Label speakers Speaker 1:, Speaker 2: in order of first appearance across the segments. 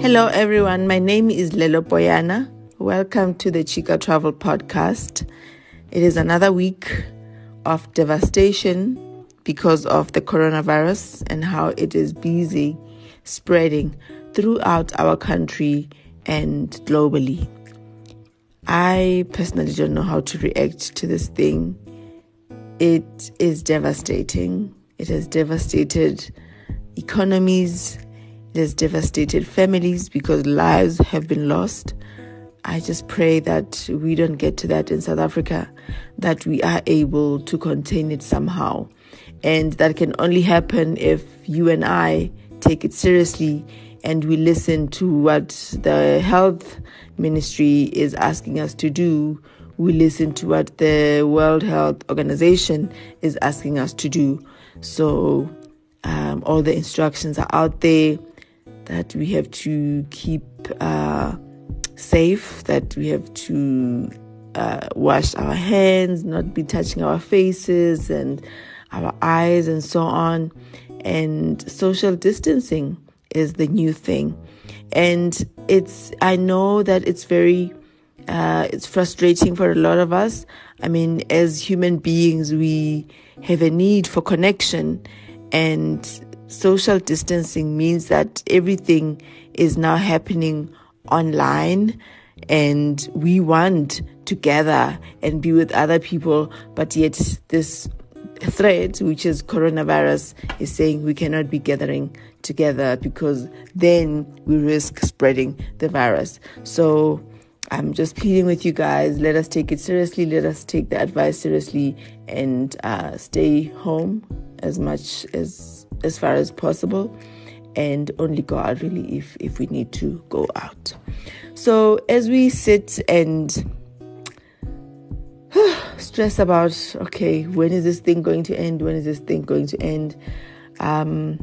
Speaker 1: Hello, everyone. My name is Lelo Boyana. Welcome to the Chica Travel Podcast. It is another week of devastation because of the coronavirus and how it is busy spreading throughout our country and globally. I personally don't know how to react to this thing. It is devastating. It has devastated economies, it has devastated families because lives have been lost. I just pray that we don't get to that in South Africa, that we are able to contain it somehow. And that can only happen if you and I take it seriously and we listen to what the health ministry is asking us to do. We listen to what the World Health Organization is asking us to do. So, um, all the instructions are out there that we have to keep uh, safe, that we have to uh, wash our hands, not be touching our faces and our eyes, and so on. And social distancing is the new thing. And it's, I know that it's very, uh, it's frustrating for a lot of us. I mean, as human beings, we have a need for connection and social distancing means that everything is now happening online and we want to gather and be with other people but yet this threat which is coronavirus is saying we cannot be gathering together because then we risk spreading the virus so I'm just pleading with you guys. Let us take it seriously. Let us take the advice seriously and uh, stay home as much as as far as possible, and only go out really if if we need to go out. So as we sit and stress about okay, when is this thing going to end? When is this thing going to end? Um,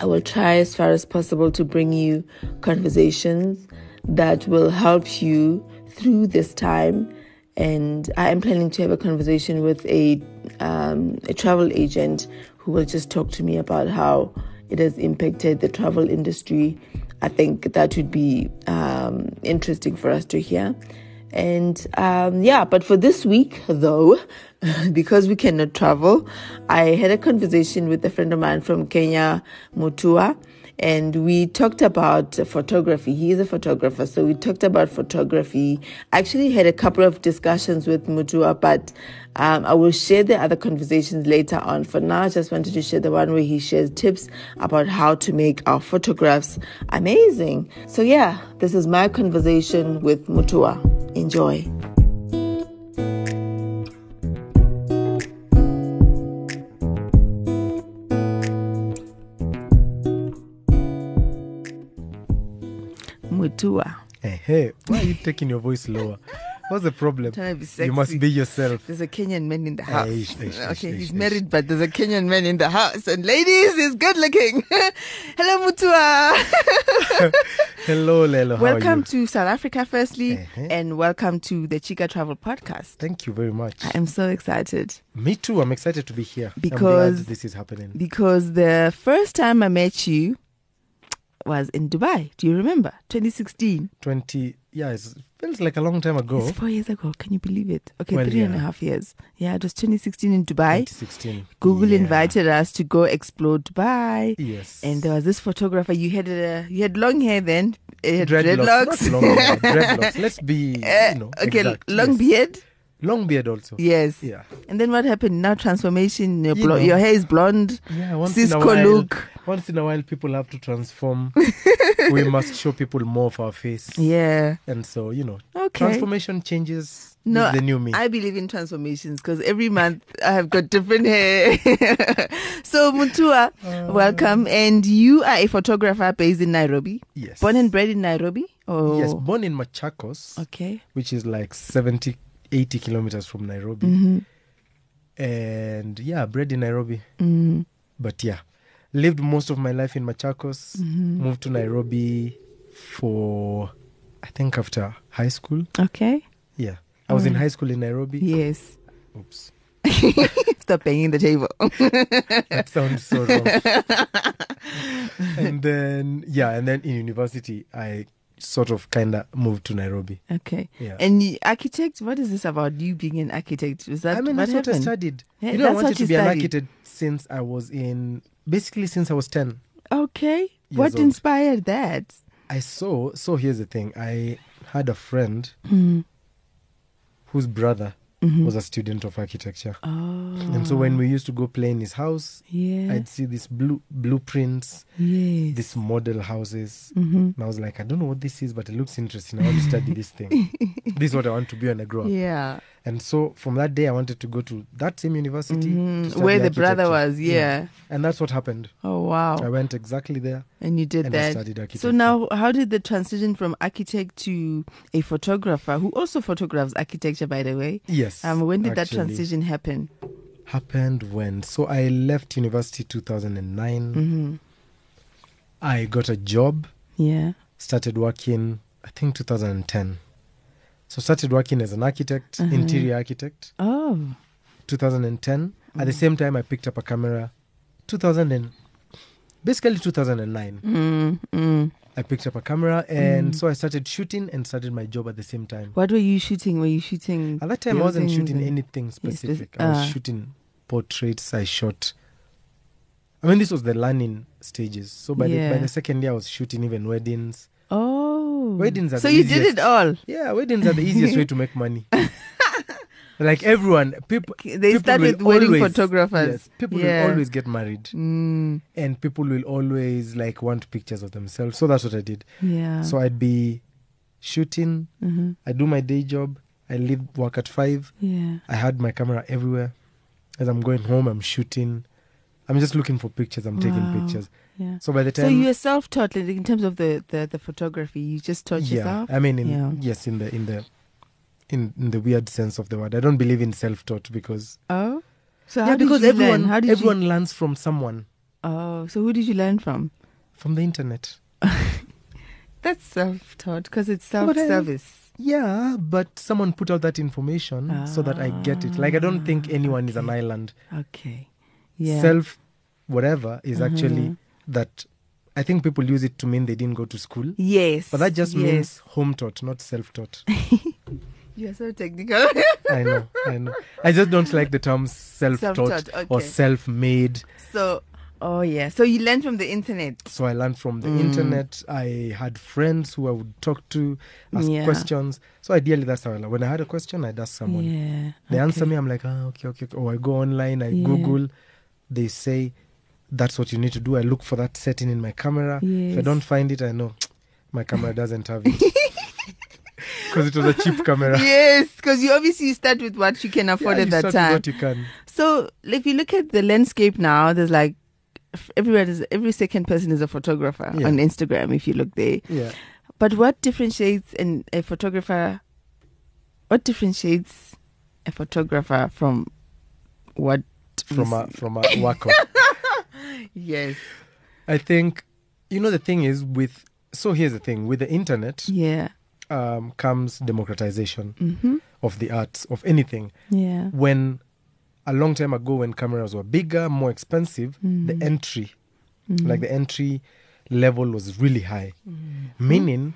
Speaker 1: I will try as far as possible to bring you conversations that will help you through this time. And I am planning to have a conversation with a um, a travel agent who will just talk to me about how it has impacted the travel industry. I think that would be um, interesting for us to hear. And um, yeah, but for this week though, because we cannot travel, I had a conversation with a friend of mine from Kenya, Mutua and we talked about photography. He is a photographer, so we talked about photography. I actually had a couple of discussions with Mutua, but um, I will share the other conversations later on. For now, I just wanted to share the one where he shares tips about how to make our photographs amazing. So, yeah, this is my conversation with Mutua. Enjoy. Mutua.
Speaker 2: Hey, hey, why are you taking your voice lower? What's the problem?
Speaker 1: Trying to be sexy.
Speaker 2: You must be yourself.
Speaker 1: There's a Kenyan man in the house.
Speaker 2: ish, ish, ish,
Speaker 1: okay,
Speaker 2: ish,
Speaker 1: he's
Speaker 2: ish.
Speaker 1: married, but there's a Kenyan man in the house. And ladies, he's good looking. Hello, Mutua.
Speaker 2: Hello, Lelo. How Are
Speaker 1: welcome
Speaker 2: you?
Speaker 1: to South Africa, firstly,
Speaker 2: Uh-huh.
Speaker 1: and welcome to the Chica Travel Podcast.
Speaker 2: Thank you very much.
Speaker 1: I am so excited
Speaker 2: Me too. I'm excited to be here. I'm
Speaker 1: Because-
Speaker 2: glad this is happening.
Speaker 1: because the first time I met you was in Dubai. Do you remember? 2016.
Speaker 2: Twenty. Yeah, it feels like a long time ago.
Speaker 1: It's four years ago. Can you believe it? Okay,
Speaker 2: Oh. Well,
Speaker 1: three and a half
Speaker 2: yeah.
Speaker 1: years. Yeah, it was 2016 in Dubai.
Speaker 2: 2016.
Speaker 1: Google
Speaker 2: Yeah.
Speaker 1: invited us to go explore Dubai.
Speaker 2: Yes.
Speaker 1: And there was this photographer. You had uh, you had long hair then. It had
Speaker 2: dreadlocks.
Speaker 1: dreadlocks.
Speaker 2: Not long hair, dreadlocks. Let's be.
Speaker 1: Eh,
Speaker 2: You know,
Speaker 1: okay,
Speaker 2: exact.
Speaker 1: long
Speaker 2: yes.
Speaker 1: beard.
Speaker 2: Long beard also.
Speaker 1: Yes.
Speaker 2: Yeah.
Speaker 1: And then what happened? Now transformation. Your,
Speaker 2: You
Speaker 1: blo-
Speaker 2: know.
Speaker 1: your hair is blonde.
Speaker 2: Yeah. Once in a
Speaker 1: Cisco
Speaker 2: while.
Speaker 1: look.
Speaker 2: Once in a while, people have to transform. we must show people more of our face.
Speaker 1: Yeah.
Speaker 2: And so, you know,
Speaker 1: Okay.
Speaker 2: transformation changes.
Speaker 1: No,
Speaker 2: is the new me.
Speaker 1: I believe in transformations because every month I have got different hair. so Mutua,
Speaker 2: Uh.
Speaker 1: welcome. And you are a photographer based in Nairobi,
Speaker 2: Yes.
Speaker 1: born and bred in Nairobi. Oh,
Speaker 2: Yes, born in Machakos,
Speaker 1: Okay.
Speaker 2: which is like 70, 80 kilometers from Nairobi.
Speaker 1: Mm-hmm.
Speaker 2: And yeah, bred in Nairobi.
Speaker 1: Mm.
Speaker 2: But yeah, lived most of my life in Machakos,
Speaker 1: Mm-hmm.
Speaker 2: moved to Nairobi for, I think, after high school.
Speaker 1: Okay. Mm-hmm.
Speaker 2: Yeah. I was in high school in Nairobi.
Speaker 1: Yes.
Speaker 2: Oops.
Speaker 1: lobster banging the table.
Speaker 2: That sounds so wrong. and then yeah, and then in university I sort of kinda moved to Nairobi.
Speaker 1: okay.
Speaker 2: Yeah.
Speaker 1: And you, architect, what is this about you being an architect? Was that
Speaker 2: I mean
Speaker 1: what
Speaker 2: that's what I
Speaker 1: happened?
Speaker 2: studied.
Speaker 1: Yeah,
Speaker 2: you know I
Speaker 1: that's
Speaker 2: wanted
Speaker 1: what
Speaker 2: to
Speaker 1: you
Speaker 2: be an
Speaker 1: studied.
Speaker 2: architect since I was in basically since I was ten.
Speaker 1: okay.
Speaker 2: Years
Speaker 1: What
Speaker 2: old.
Speaker 1: inspired that?
Speaker 2: I saw so here's the thing. I had a friend whose brother
Speaker 1: Mm-hmm.
Speaker 2: was a student of architecture.
Speaker 1: Oh,
Speaker 2: And so when we used to go play in his house,
Speaker 1: yeah.
Speaker 2: I'd see these blue blueprints,
Speaker 1: yes. Mm-hmm.
Speaker 2: these model houses. And I was like, I don't know what this is, but it looks interesting. I want to study this thing. this is what I want to be when I grow up.
Speaker 1: yeah.
Speaker 2: And so from that day, I wanted to go to that same university
Speaker 1: Mhm.
Speaker 2: to study
Speaker 1: Where the brother
Speaker 2: architecture.
Speaker 1: was, yeah.
Speaker 2: And that's what happened.
Speaker 1: Oh,
Speaker 2: I
Speaker 1: wow.
Speaker 2: went exactly there.
Speaker 1: And you did
Speaker 2: and I
Speaker 1: that.
Speaker 2: studied
Speaker 1: so
Speaker 2: architecture.
Speaker 1: now, how did the transition from architect to a photographer who also photographs architecture, by the way?
Speaker 2: Yes.
Speaker 1: Um, when did that
Speaker 2: actually.
Speaker 1: transition happen?
Speaker 2: Happened when? So I left university 2009.
Speaker 1: Mm-hmm.
Speaker 2: I got a job,
Speaker 1: Yeah.
Speaker 2: started working, I think 2010. So started working as an architect,
Speaker 1: Uh-huh.
Speaker 2: interior architect.
Speaker 1: Oh.
Speaker 2: 2010. At
Speaker 1: Mm.
Speaker 2: the same time, I picked up a camera. 2000 and basically 2009.
Speaker 1: Mm, mm.
Speaker 2: I picked up a camera, and so I started shooting and started my job at the same time.
Speaker 1: What were you shooting? Were you shooting?
Speaker 2: At that time, I wasn't
Speaker 1: buildings
Speaker 2: shooting
Speaker 1: and-
Speaker 2: anything
Speaker 1: spec-
Speaker 2: specific. I was
Speaker 1: ah.
Speaker 2: shooting portraits. I shot. I mean, this was the learning stages. So by the, by
Speaker 1: Yeah.
Speaker 2: the second year, I was shooting even weddings.
Speaker 1: Oh.
Speaker 2: Weddings are
Speaker 1: So
Speaker 2: the
Speaker 1: you did
Speaker 2: easiest.
Speaker 1: it all.
Speaker 2: Yeah, weddings are the easiest way to make money. like everyone, people.
Speaker 1: They
Speaker 2: people
Speaker 1: start
Speaker 2: will
Speaker 1: with wedding
Speaker 2: always-
Speaker 1: photographers.
Speaker 2: yes, people
Speaker 1: yeah.
Speaker 2: will always get married,
Speaker 1: Mm,
Speaker 2: and people will always like want pictures of themselves. So that's what I did.
Speaker 1: yeah.
Speaker 2: So I'd be shooting.
Speaker 1: hmm
Speaker 2: I do my day job. I leave work at five.
Speaker 1: Yeah.
Speaker 2: I had my camera everywhere. As I'm going home, I'm shooting. I'm just looking for pictures. I'm taking
Speaker 1: Wow.
Speaker 2: pictures.
Speaker 1: Yeah.
Speaker 2: So by the time,
Speaker 1: So you're self-taught like, in terms of the, the, the photography. You just taught
Speaker 2: yeah,
Speaker 1: yourself.
Speaker 2: I mean, in,
Speaker 1: Yeah.
Speaker 2: yes, in the in the in, in the weird sense of the word, I don't believe in self-taught because
Speaker 1: Oh. So how
Speaker 2: yeah,
Speaker 1: did
Speaker 2: because
Speaker 1: you
Speaker 2: everyone
Speaker 1: learn? How did
Speaker 2: everyone learns from someone
Speaker 1: You, oh, so who did you learn from?
Speaker 2: from the internet.
Speaker 1: That's self-taught because it's
Speaker 2: But I-
Speaker 1: self-service.
Speaker 2: Yeah, but someone put out that information so that I get it. Like I don't think
Speaker 1: Ah,
Speaker 2: anyone is an
Speaker 1: okay.
Speaker 2: island.
Speaker 1: Okay. Yeah.
Speaker 2: Self, whatever is actually
Speaker 1: Mhm.
Speaker 2: that. I think people use it to mean they didn't go to school.
Speaker 1: yes.
Speaker 2: But that just
Speaker 1: yes.
Speaker 2: means home taught, not self taught.
Speaker 1: You're so technical.
Speaker 2: I know, I know. I just don't like the term self taught
Speaker 1: Self-taught,
Speaker 2: or
Speaker 1: okay.
Speaker 2: self made.
Speaker 1: so, oh yeah. So you learn from the internet.
Speaker 2: So I learned from the
Speaker 1: Mm.
Speaker 2: internet. I had friends who I would talk to, ask
Speaker 1: Yeah.
Speaker 2: questions. So ideally, that's how I learn. When I had a question, I'd ask someone.
Speaker 1: Yeah.
Speaker 2: They answer
Speaker 1: okay.
Speaker 2: me, I'm like, ah, okay, okay, okay. Or I go online, I
Speaker 1: Yeah.
Speaker 2: Google. They say, that's what you need to do. I look for that setting in my camera. If I
Speaker 1: Yes.
Speaker 2: don't find it, I know my camera doesn't have it. Because it was a cheap camera.
Speaker 1: Yes, because you obviously start with what you can afford
Speaker 2: Yeah,
Speaker 1: at
Speaker 2: you
Speaker 1: that
Speaker 2: start with
Speaker 1: time.
Speaker 2: What you can.
Speaker 1: So if you look at the landscape now, there's like f- everyone is every second person is a photographer
Speaker 2: Yeah.
Speaker 1: on Instagram if you look there.
Speaker 2: Yeah.
Speaker 1: But what differentiates an, a photographer? What differentiates a photographer from what? we
Speaker 2: from a
Speaker 1: see?
Speaker 2: from a wacko.
Speaker 1: yes,
Speaker 2: I think you know the thing is with so here's the thing with the internet
Speaker 1: yeah,
Speaker 2: um, comes democratization
Speaker 1: mm-hmm.
Speaker 2: of the arts of anything.
Speaker 1: yeah,
Speaker 2: When a long time ago, when cameras were bigger, more expensive,
Speaker 1: Mm.
Speaker 2: the entry, like the entry level, was really high.
Speaker 1: Mm.
Speaker 2: Meaning,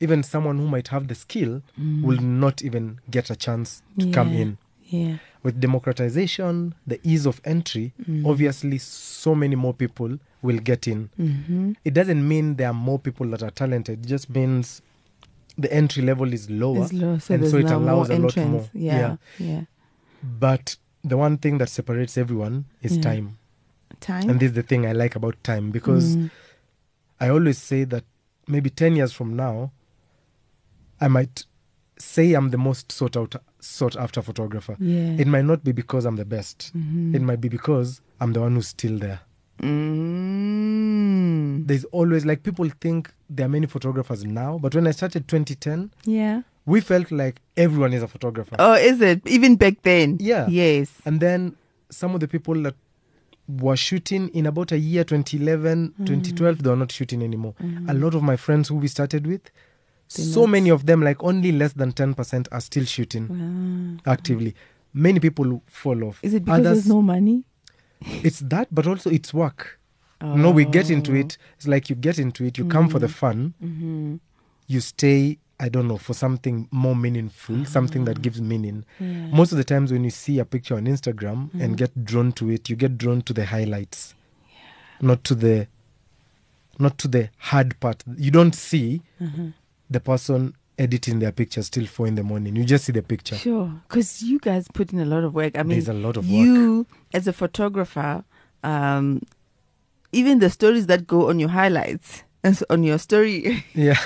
Speaker 2: even someone who might have the skill will not even get a chance to come
Speaker 1: Mm. Yeah.
Speaker 2: in.
Speaker 1: yeah,
Speaker 2: with democratization, the ease of entry,
Speaker 1: Mm.
Speaker 2: obviously so many more people will get in. Mm-hmm. It doesn't mean there are more people that are talented, it just means the entry level is lower.
Speaker 1: It's low, so
Speaker 2: and
Speaker 1: there's
Speaker 2: so it
Speaker 1: now
Speaker 2: allows
Speaker 1: more
Speaker 2: a lot
Speaker 1: entrance.
Speaker 2: more.
Speaker 1: Yeah, yeah,
Speaker 2: But the one thing that separates everyone is
Speaker 1: Yeah.
Speaker 2: time.
Speaker 1: time.
Speaker 2: And this is the thing I like about time because I always say that maybe 10 years from now, I might say I'm the most sought out sought after photographer.
Speaker 1: Yeah.
Speaker 2: It might not be because I'm the best. It might be because I'm the one who's still there.
Speaker 1: mm.
Speaker 2: There's always like people think there are many photographers now, but when I started 2010,
Speaker 1: Yeah.
Speaker 2: we felt like everyone is a photographer.
Speaker 1: Oh, is it even back then?
Speaker 2: Yeah.
Speaker 1: Yes.
Speaker 2: And then some of the people that were shooting in about a year 2011,
Speaker 1: Mm.
Speaker 2: 2012, they were not shooting anymore. A lot of my friends who we started with, so
Speaker 1: not.
Speaker 2: many of them, like only less than 10% are still shooting
Speaker 1: Wow.
Speaker 2: actively. Many people fall off.
Speaker 1: Is it because there's no money?
Speaker 2: it's that, but also it's work. No, we get into it. It's like you get into it. You come for the fun. You stay. I don't know for something more meaningful, something that gives meaning. Most of the times when you see a picture on Instagram and get drawn to it, you get drawn to the highlights, not to the, not to the hard part. You don't see the person editing their picture till four in the morning. You just see the picture.
Speaker 1: Sure, because you guys put in a lot of work. I mean,
Speaker 2: There's a lot of
Speaker 1: you as a photographer, um, even the stories that go on your highlights, that's on your story,
Speaker 2: Yeah.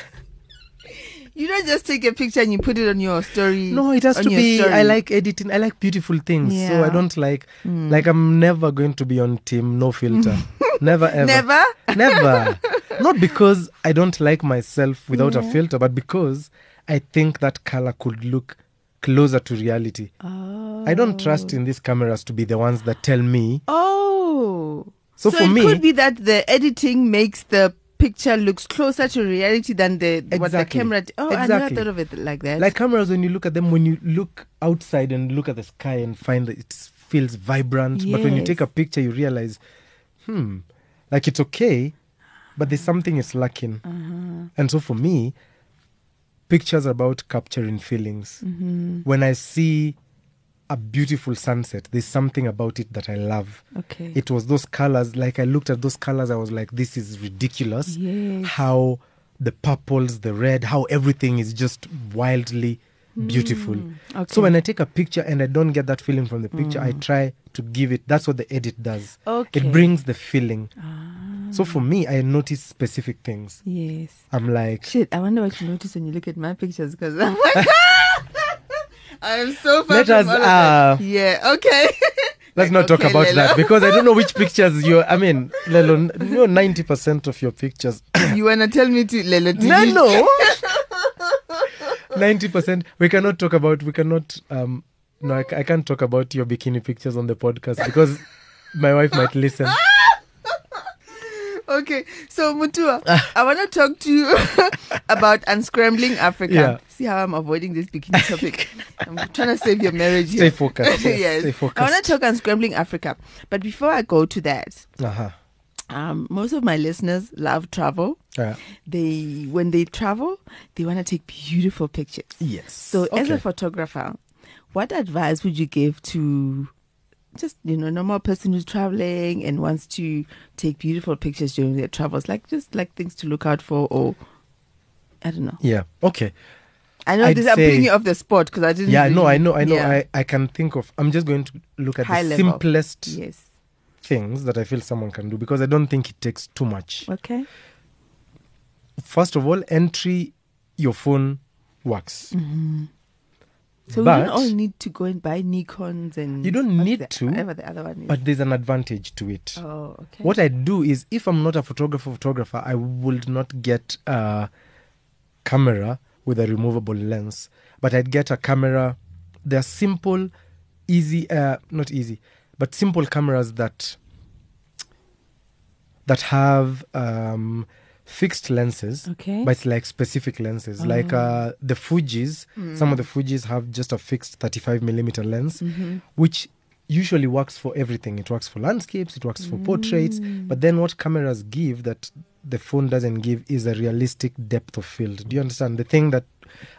Speaker 1: you don't just take a picture and you put it on your story.
Speaker 2: No, it has
Speaker 1: on
Speaker 2: to
Speaker 1: your
Speaker 2: be.
Speaker 1: story.
Speaker 2: I like editing. I like beautiful things. So I
Speaker 1: Yeah. Mm.
Speaker 2: don't like. Like I'm never going to be on team no filter. never ever.
Speaker 1: never.
Speaker 2: Never. Not because I don't like myself without a filter, but because I think that color could look closer to reality.
Speaker 1: Oh.
Speaker 2: I don't trust in these cameras to be the ones that tell me.
Speaker 1: Oh.
Speaker 2: So for
Speaker 1: it
Speaker 2: me-
Speaker 1: could be that the editing makes the picture looks closer to reality than the what the
Speaker 2: Exactly.
Speaker 1: camera. d- oh, I never
Speaker 2: Exactly.
Speaker 1: thought of it like that.
Speaker 2: Like cameras, when you look at them, when you look outside and look at the sky and find that it feels vibrant, but when you take a
Speaker 1: Yes.
Speaker 2: picture, you realize, hmm, like it's okay, but there's something is lacking.
Speaker 1: Uh-huh.
Speaker 2: And so for me, pictures are about capturing feelings.
Speaker 1: Mm-hmm.
Speaker 2: When I see a beautiful sunset, there's something about it that I love.
Speaker 1: okay.
Speaker 2: It was those colors. Like I looked at those colors, I was like, "This is ridiculous."
Speaker 1: Yes.
Speaker 2: How the purples, the red, how everything is just wildly beautiful.
Speaker 1: Mm. okay. Mm.
Speaker 2: So when I take a picture and I don't get that feeling from the picture, I try to give it. That's what the edit does.
Speaker 1: Okay. Ah.
Speaker 2: It brings the feeling. So for me, I notice specific things.
Speaker 1: yes.
Speaker 2: I'm like,
Speaker 1: Shit, I wonder what you notice when you look at my pictures because I'm like, "Ah!" I'm so far
Speaker 2: Let
Speaker 1: from
Speaker 2: us,
Speaker 1: all of
Speaker 2: uh,
Speaker 1: that. Yeah, okay. Like,
Speaker 2: let's not talk
Speaker 1: okay,
Speaker 2: about
Speaker 1: Lelo.
Speaker 2: that because I don't know which pictures you're. I mean, Lelo, you know, 90% of your pictures
Speaker 1: you wanna tell me to Lelo? do
Speaker 2: No,
Speaker 1: you-
Speaker 2: no. Ninety percent. We cannot talk about. We cannot. Um, no, I, ca- I can't talk about your bikini pictures on the podcast because my wife might listen.
Speaker 1: Okay, so Mutua,
Speaker 2: Ah.
Speaker 1: I wanna talk to you about unscrambling Africa.
Speaker 2: Yeah.
Speaker 1: See how I'm avoiding this bikini topic. I'm trying to save your marriage.
Speaker 2: Stay
Speaker 1: Here.
Speaker 2: focused. Yes, Stay
Speaker 1: I wanna
Speaker 2: focused.
Speaker 1: talk unscrambling Africa, but before I go to that,
Speaker 2: Uh-huh.
Speaker 1: um, most of my listeners love travel.
Speaker 2: Uh,
Speaker 1: They when they travel, they wanna take beautiful pictures.
Speaker 2: yes.
Speaker 1: So, as a
Speaker 2: Okay.
Speaker 1: photographer, what advice would you give to just you know normal person who's traveling and wants to take beautiful pictures during their travels, like just like things to look out for, or I don't know.
Speaker 2: yeah. Okay.
Speaker 1: I know
Speaker 2: I'd
Speaker 1: this. I'm putting
Speaker 2: say-
Speaker 1: you off the spot because I didn't.
Speaker 2: Yeah. No,
Speaker 1: really-
Speaker 2: I know. I know.
Speaker 1: Yeah.
Speaker 2: I, I can think of. I'm just going to look at
Speaker 1: High
Speaker 2: the
Speaker 1: level.
Speaker 2: simplest
Speaker 1: Yes.
Speaker 2: things that I feel someone can do because I don't think it takes too much.
Speaker 1: Okay.
Speaker 2: First of all, entry your phone works.
Speaker 1: Mm-hmm. So we
Speaker 2: But-
Speaker 1: don't all need to go and buy Nikon's and
Speaker 2: You don't
Speaker 1: what's
Speaker 2: need
Speaker 1: the-
Speaker 2: to,
Speaker 1: Whatever the other one is.
Speaker 2: But there's an advantage to it.
Speaker 1: oh, okay.
Speaker 2: What I do is, if I'm not a photographer, photographer, I would not get a camera with a removable lens, but I'd get a camera. They're simple, easy, uh, not easy, but simple cameras that that have um, fixed lenses,
Speaker 1: Okay. Oh.
Speaker 2: but it's like specific lenses, like uh, the Fujis.
Speaker 1: Hmm.
Speaker 2: Some of the Fujis have just a fixed 35 millimeter lens,
Speaker 1: Mm-hmm.
Speaker 2: which usually works for everything. It works for landscapes, it works for portraits.
Speaker 1: Mm.
Speaker 2: But then what cameras give that the phone doesn't give is a realistic depth of field. Do you understand the thing that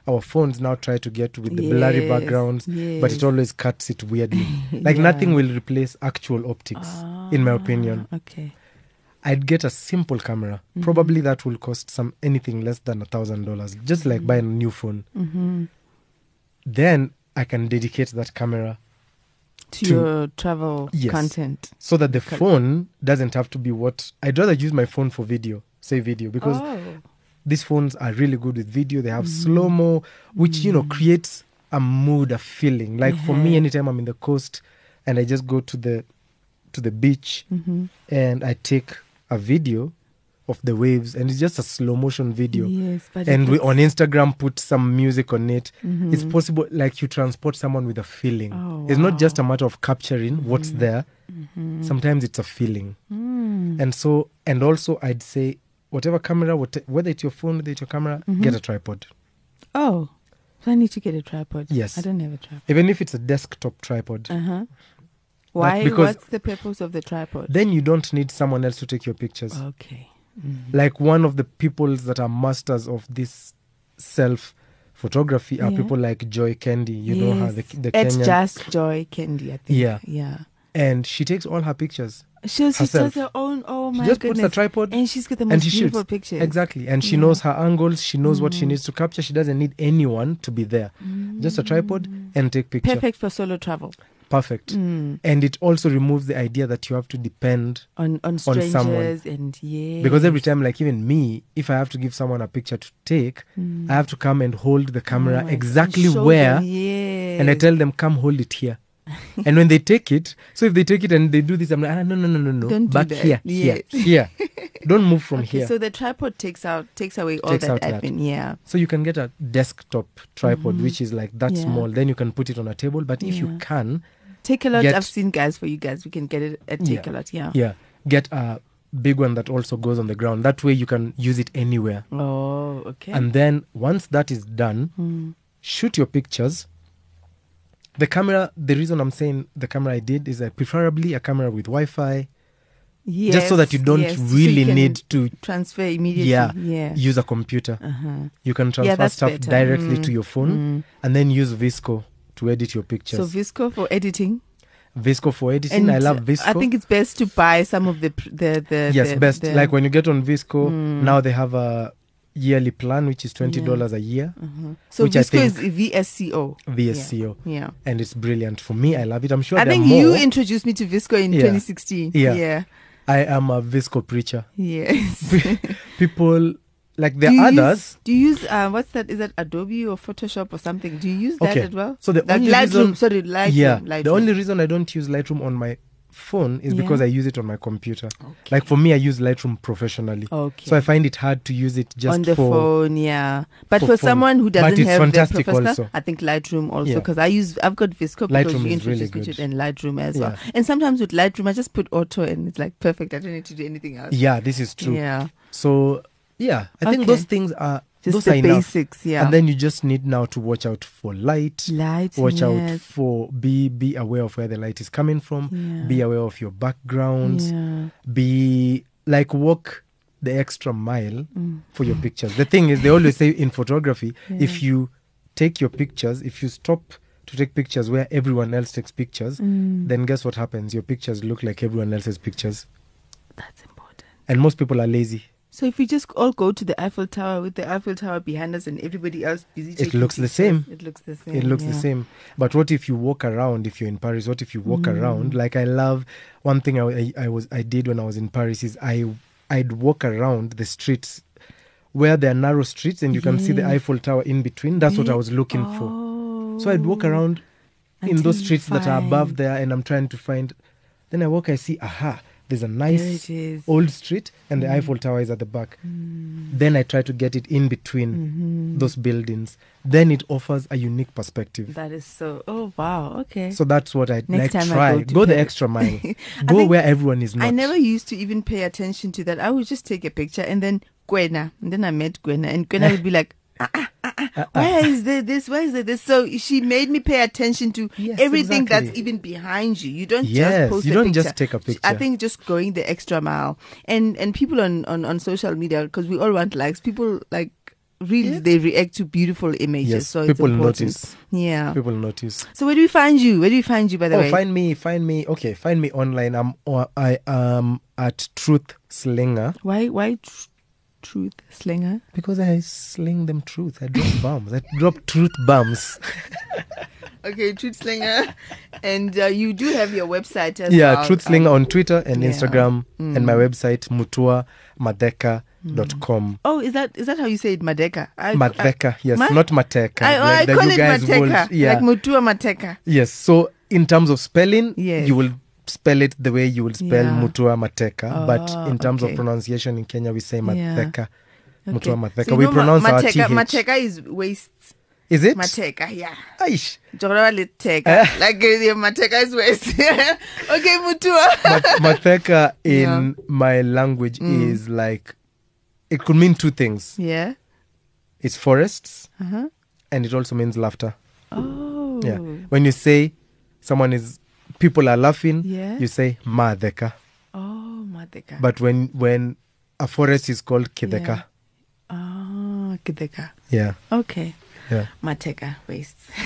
Speaker 2: our phones now try to get with the blurry
Speaker 1: Yes,
Speaker 2: backgrounds, but
Speaker 1: yes.
Speaker 2: it always cuts it weirdly. like
Speaker 1: Yeah.
Speaker 2: nothing will replace actual optics, in my opinion.
Speaker 1: Okay.
Speaker 2: I'd get a simple camera. Probably that will cost some anything less than a thousand dollars, just like buying a new phone.
Speaker 1: Mm-hmm.
Speaker 2: Then I can dedicate that camera
Speaker 1: To,
Speaker 2: To-
Speaker 1: your travel
Speaker 2: Yes.
Speaker 1: content.
Speaker 2: so that the phone doesn't have to be what I'd rather use my phone for video, say video, because
Speaker 1: Oh.
Speaker 2: these phones are really good with video. They have slow mo, which you know creates a mood, a feeling. Like for me, anytime I'm in the coast and I just go to the to the beach and I take a video of the waves, and it's just a slow motion video.
Speaker 1: Yes, but it
Speaker 2: and we
Speaker 1: looks-
Speaker 2: on Instagram put some music on it. It's possible, like you transport someone with a feeling.
Speaker 1: Mm-hmm. Oh, Mm-hmm.
Speaker 2: It's not just a matter of capturing what's there. Sometimes it's a feeling.
Speaker 1: Mm.
Speaker 2: And so, and also,
Speaker 1: Mm-hmm.
Speaker 2: I'd say whatever camera, what, whether it's your phone, whether it's your camera, get a tripod.
Speaker 1: Oh. So I need to get a tripod.
Speaker 2: Yes.
Speaker 1: I don't have a tripod.
Speaker 2: Even if it's a desktop tripod,
Speaker 1: Uh huh. Why?
Speaker 2: because-
Speaker 1: What's the purpose of the tripod?
Speaker 2: then you don't need someone else to take your pictures.
Speaker 1: Um. Okay.
Speaker 2: like one of the people that are masters of this self photography are
Speaker 1: Yeah.
Speaker 2: people like Joy Candy. You know her, the,
Speaker 1: Yes.
Speaker 2: the
Speaker 1: It's
Speaker 2: Kenyan,
Speaker 1: just Joy Candy, I think.
Speaker 2: Yeah.
Speaker 1: Yeah.
Speaker 2: and she takes all her pictures.
Speaker 1: She, she does
Speaker 2: Herself.
Speaker 1: her own. Oh my
Speaker 2: she just
Speaker 1: goodness. Mm.
Speaker 2: puts a tripod
Speaker 1: and she's got the
Speaker 2: and
Speaker 1: most
Speaker 2: she
Speaker 1: beautiful
Speaker 2: shoots
Speaker 1: pictures.
Speaker 2: exactly, and she knows her angles. She knows what she
Speaker 1: Mm.
Speaker 2: needs to capture. She doesn't need anyone to be there. Just a tripod and take picture.
Speaker 1: Perfect Mm. for solo travel.
Speaker 2: Perfect. And it also removes the idea that you have to depend
Speaker 1: On on
Speaker 2: someone.
Speaker 1: strangers and yeah.
Speaker 2: because every time, like even me, if I have to give someone a picture to take,
Speaker 1: Mm.
Speaker 2: I have to come and hold the
Speaker 1: Oh
Speaker 2: camera exactly where
Speaker 1: Yeah.
Speaker 2: and I tell them, come hold it here. and when they take it, so if they take it and they do this, I'm like, ah, no, no, no, no, no,
Speaker 1: Don't do
Speaker 2: back
Speaker 1: that.
Speaker 2: here,
Speaker 1: Yes.
Speaker 2: here, here. Don't move from
Speaker 1: Okay,
Speaker 2: here. So,
Speaker 1: so the tripod takes out takes away all
Speaker 2: Takes
Speaker 1: that
Speaker 2: out that.
Speaker 1: admin. Yeah.
Speaker 2: you can get a desktop tripod, which is like that
Speaker 1: Mm-hmm. Yeah.
Speaker 2: small. Then you can put it on a table. But if
Speaker 1: Yeah.
Speaker 2: you can,
Speaker 1: Take a lot.
Speaker 2: Get-
Speaker 1: I've seen guys for you guys. We can get it at
Speaker 2: Yeah.
Speaker 1: take a lot. Yeah.
Speaker 2: yeah, get a big one that also goes on the ground. That way you can use it anywhere.
Speaker 1: Oh, okay.
Speaker 2: And then once that is done,
Speaker 1: Mm.
Speaker 2: shoot your pictures. The camera, the reason I'm saying the camera I did is that preferably a camera with Wi Fi,
Speaker 1: yes,
Speaker 2: just so that you don't
Speaker 1: yes. So you
Speaker 2: really
Speaker 1: can
Speaker 2: need to
Speaker 1: transfer immediately.
Speaker 2: yeah,
Speaker 1: Yeah.
Speaker 2: use a computer.
Speaker 1: uh-huh.
Speaker 2: You can transfer
Speaker 1: that's
Speaker 2: stuff
Speaker 1: better.
Speaker 2: directly
Speaker 1: Mm.
Speaker 2: to your phone and then use Visco to edit your
Speaker 1: So
Speaker 2: pictures.
Speaker 1: Visco for editing.
Speaker 2: Visco for editing. I love Visco.
Speaker 1: I think it's best to buy some of the pr- the the
Speaker 2: yes,
Speaker 1: the, Hmm.
Speaker 2: best.
Speaker 1: the-
Speaker 2: Like when you get on Visco, now they have a yearly plan which is twenty dollars a year,
Speaker 1: Mhm. So
Speaker 2: which I
Speaker 1: Visco is
Speaker 2: think
Speaker 1: VSCO.
Speaker 2: VSCO,
Speaker 1: Yeah.
Speaker 2: and it's brilliant for me. I love it. I'm sure
Speaker 1: I
Speaker 2: there
Speaker 1: think
Speaker 2: are more.
Speaker 1: you introduced me to Visco in
Speaker 2: Yeah.
Speaker 1: 2016.
Speaker 2: Yeah.
Speaker 1: Yeah.
Speaker 2: I am a Visco preacher.
Speaker 1: Yes.
Speaker 2: People like there
Speaker 1: Do you
Speaker 2: are
Speaker 1: use-
Speaker 2: others.
Speaker 1: do you use uh, what's that? Is that Adobe or Photoshop or something? Do you use that
Speaker 2: Okay.
Speaker 1: as well?
Speaker 2: So the
Speaker 1: Like
Speaker 2: only
Speaker 1: Lightroom.
Speaker 2: reason-
Speaker 1: sorry, Lightroom.
Speaker 2: yeah,
Speaker 1: Lightroom.
Speaker 2: the only reason I don't use Lightroom on my phone is
Speaker 1: Yeah.
Speaker 2: because I use it on my computer. Like for me, I use Lightroom professionally.
Speaker 1: okay.
Speaker 2: So I find it hard to use it just
Speaker 1: on the
Speaker 2: for
Speaker 1: phone, yeah. But for,
Speaker 2: for phone.
Speaker 1: someone who
Speaker 2: But
Speaker 1: doesn't
Speaker 2: it's
Speaker 1: have the
Speaker 2: fantastic
Speaker 1: professional,
Speaker 2: also.
Speaker 1: I think Lightroom also
Speaker 2: Yeah.
Speaker 1: because I use I've got Visco because
Speaker 2: Lightroom
Speaker 1: you
Speaker 2: is really
Speaker 1: introduced me to it
Speaker 2: good.
Speaker 1: and Lightroom as well.
Speaker 2: Yeah.
Speaker 1: And sometimes with Lightroom, I just put auto and it's like perfect. I don't need to do anything else.
Speaker 2: Yeah, this is true.
Speaker 1: Yeah,
Speaker 2: So yeah, I think
Speaker 1: Okay.
Speaker 2: those things are
Speaker 1: just
Speaker 2: those
Speaker 1: the
Speaker 2: are enough.
Speaker 1: basics. Yeah,
Speaker 2: And then you just need now to watch out for light.
Speaker 1: light.
Speaker 2: Watch out
Speaker 1: yes,
Speaker 2: for be be aware of where the light is coming from.
Speaker 1: Yeah.
Speaker 2: Be aware of your backgrounds.
Speaker 1: Yeah.
Speaker 2: Be like walk the extra mile
Speaker 1: Mm.
Speaker 2: for your pictures. The thing is, they always say in photography, if you take your pictures, if you stop to take pictures where everyone else takes pictures,
Speaker 1: Mm.
Speaker 2: then guess what happens? Your pictures look like everyone else's pictures.
Speaker 1: That's important.
Speaker 2: And most people are lazy.
Speaker 1: So if we just all go to the Eiffel Tower with the Eiffel Tower behind us and everybody else busy,
Speaker 2: It
Speaker 1: taking
Speaker 2: looks the
Speaker 1: pictures,
Speaker 2: same.
Speaker 1: It looks the same.
Speaker 2: It looks
Speaker 1: yeah.
Speaker 2: the same. But what if you walk around? If you're in Paris, what if you walk
Speaker 1: Mm.
Speaker 2: around? Like I love one thing I, I, I was I did when I was in Paris is I I'd walk around the streets where there are narrow streets and you can see the
Speaker 1: Yes.
Speaker 2: Eiffel Tower in between. That's what I was looking for.
Speaker 1: oh,
Speaker 2: So I'd walk around in
Speaker 1: Until
Speaker 2: those
Speaker 1: you
Speaker 2: streets that are above
Speaker 1: find-
Speaker 2: there, and I'm trying to find. Then I walk, I see, aha, there's a
Speaker 1: There
Speaker 2: nice
Speaker 1: it is. Mm.
Speaker 2: old street, and the Eiffel Tower is at the back. Then I try to get it in between
Speaker 1: Mm-hmm.
Speaker 2: those buildings. Then it offers a unique perspective.
Speaker 1: That is so. Oh wow. Okay.
Speaker 2: So that's what I
Speaker 1: Next
Speaker 2: like.
Speaker 1: time I
Speaker 2: Try
Speaker 1: go to
Speaker 2: the
Speaker 1: Paris.
Speaker 2: extra mile.
Speaker 1: I
Speaker 2: go
Speaker 1: think
Speaker 2: where everyone is not.
Speaker 1: I never used to even pay attention to that. I would just take a picture and then Gwena, and then I met Gwena, and Gwena would be like. "Ah, ah, ah, ah, Why is there this? Why is there this? So she made me pay attention to
Speaker 2: Yes,
Speaker 1: everything that's
Speaker 2: exactly.
Speaker 1: even behind you. You don't just
Speaker 2: Yes,
Speaker 1: post
Speaker 2: you
Speaker 1: a
Speaker 2: don't
Speaker 1: picture.
Speaker 2: just take a
Speaker 1: I
Speaker 2: picture.
Speaker 1: think just going the extra mile and and people on on, on social media because we all want likes. People like really they react to beautiful images.
Speaker 2: Yes,
Speaker 1: so
Speaker 2: people
Speaker 1: it's important.
Speaker 2: notice.
Speaker 1: Yeah.
Speaker 2: People notice.
Speaker 1: So where do we find you? Where do we find you? By the
Speaker 2: Oh,
Speaker 1: way,
Speaker 2: find me, find me. Okay, find me online. I'm or I am at Truth Slinger
Speaker 1: Why? Why? Tr- truth slinger.
Speaker 2: because I sling them truth. I drop bombs. I drop truth bombs.
Speaker 1: Okay, truth slinger, and uh, you do have your website as
Speaker 2: yeah,
Speaker 1: well.
Speaker 2: Truth
Speaker 1: um,
Speaker 2: Slinger on Twitter and
Speaker 1: yeah. Mm.
Speaker 2: Instagram and my website mutuamadeka.com.
Speaker 1: oh, is that is that how you say it, Madeka? I,
Speaker 2: Madeka, yes,
Speaker 1: Ma-
Speaker 2: not Mateka.
Speaker 1: I, I, I,
Speaker 2: that
Speaker 1: call
Speaker 2: you
Speaker 1: it
Speaker 2: guys would-
Speaker 1: Mateka,
Speaker 2: yeah.
Speaker 1: like Mutua Mateka.
Speaker 2: Yes. So in terms of spelling,
Speaker 1: Yes.
Speaker 2: you will spell it the way you will spell
Speaker 1: Yeah.
Speaker 2: Mutua Mateka.
Speaker 1: Ah,
Speaker 2: but in terms
Speaker 1: okay.
Speaker 2: of pronunciation in Kenya, we say Mateka. Mutua Mateka.
Speaker 1: So you
Speaker 2: we
Speaker 1: know Ma-
Speaker 2: pronounce our
Speaker 1: Mateka,
Speaker 2: TH.
Speaker 1: Mateka is waist.
Speaker 2: Is it?
Speaker 1: Mateka, yeah.
Speaker 2: Aish.
Speaker 1: Jorora le
Speaker 2: Eh?
Speaker 1: teka. Like uh, yeah, Mateka is waist. okay, Mutua.
Speaker 2: Mat- Mateka in
Speaker 1: Yeah. Mm.
Speaker 2: my language is like, it could mean two things
Speaker 1: Yeah.
Speaker 2: it's forests
Speaker 1: Uh huh.
Speaker 2: and it also means laughter.
Speaker 1: Oh.
Speaker 2: Yeah. When you say someone is people are laughing,
Speaker 1: Yeah.
Speaker 2: you say madeka.
Speaker 1: Oh, Madeka.
Speaker 2: But when when a forest is called kideka.
Speaker 1: Oh, Kideka.
Speaker 2: Yeah.
Speaker 1: Okay.
Speaker 2: Yeah.
Speaker 1: Mateka wastes.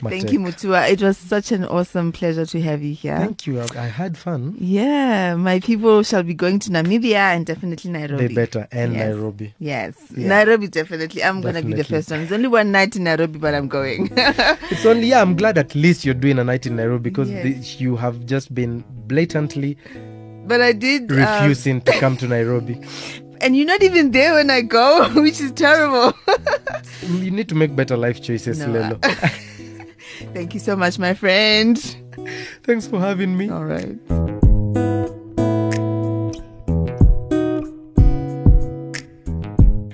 Speaker 1: Thank you, Mutua. It was such an awesome pleasure to have you here.
Speaker 2: Thank you. I, I had fun.
Speaker 1: yeah, my people shall be going to Namibia and definitely Nairobi.
Speaker 2: They better and
Speaker 1: Yes.
Speaker 2: Nairobi.
Speaker 1: Yes,
Speaker 2: Yeah.
Speaker 1: Nairobi definitely. I'm gonna be the
Speaker 2: Definitely.
Speaker 1: first one. It's only one night in Nairobi, but I'm going.
Speaker 2: It's only yeah. I'm glad at least you're doing a night in Nairobi because
Speaker 1: Yes.
Speaker 2: the- you have just been blatantly
Speaker 1: but I did um,
Speaker 2: refusing to come to Nairobi.
Speaker 1: and you're not even there when I go, which is terrible.
Speaker 2: You need to make better life choices,
Speaker 1: No,
Speaker 2: Lelo.
Speaker 1: Thank you so much, my friend.
Speaker 2: Thanks for having me.
Speaker 1: All right.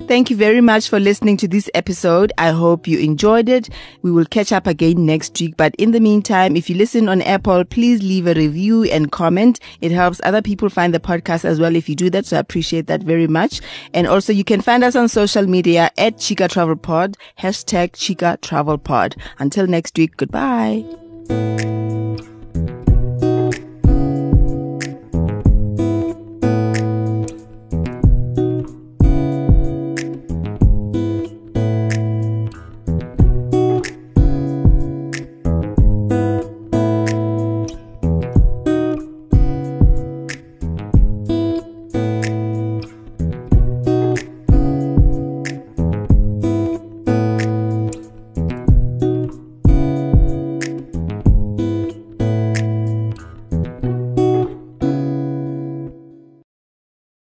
Speaker 1: Thank you very much for listening to this episode. I hope you enjoyed it. We will catch up again next week. But in the meantime, if you listen on Apple, please leave a review and comment. It helps other people find the podcast as well if you do that. So I appreciate that very much. And also you can find us on social media at Chica Travel Pod, hashtag Chica Travel Pod. Until next week, goodbye.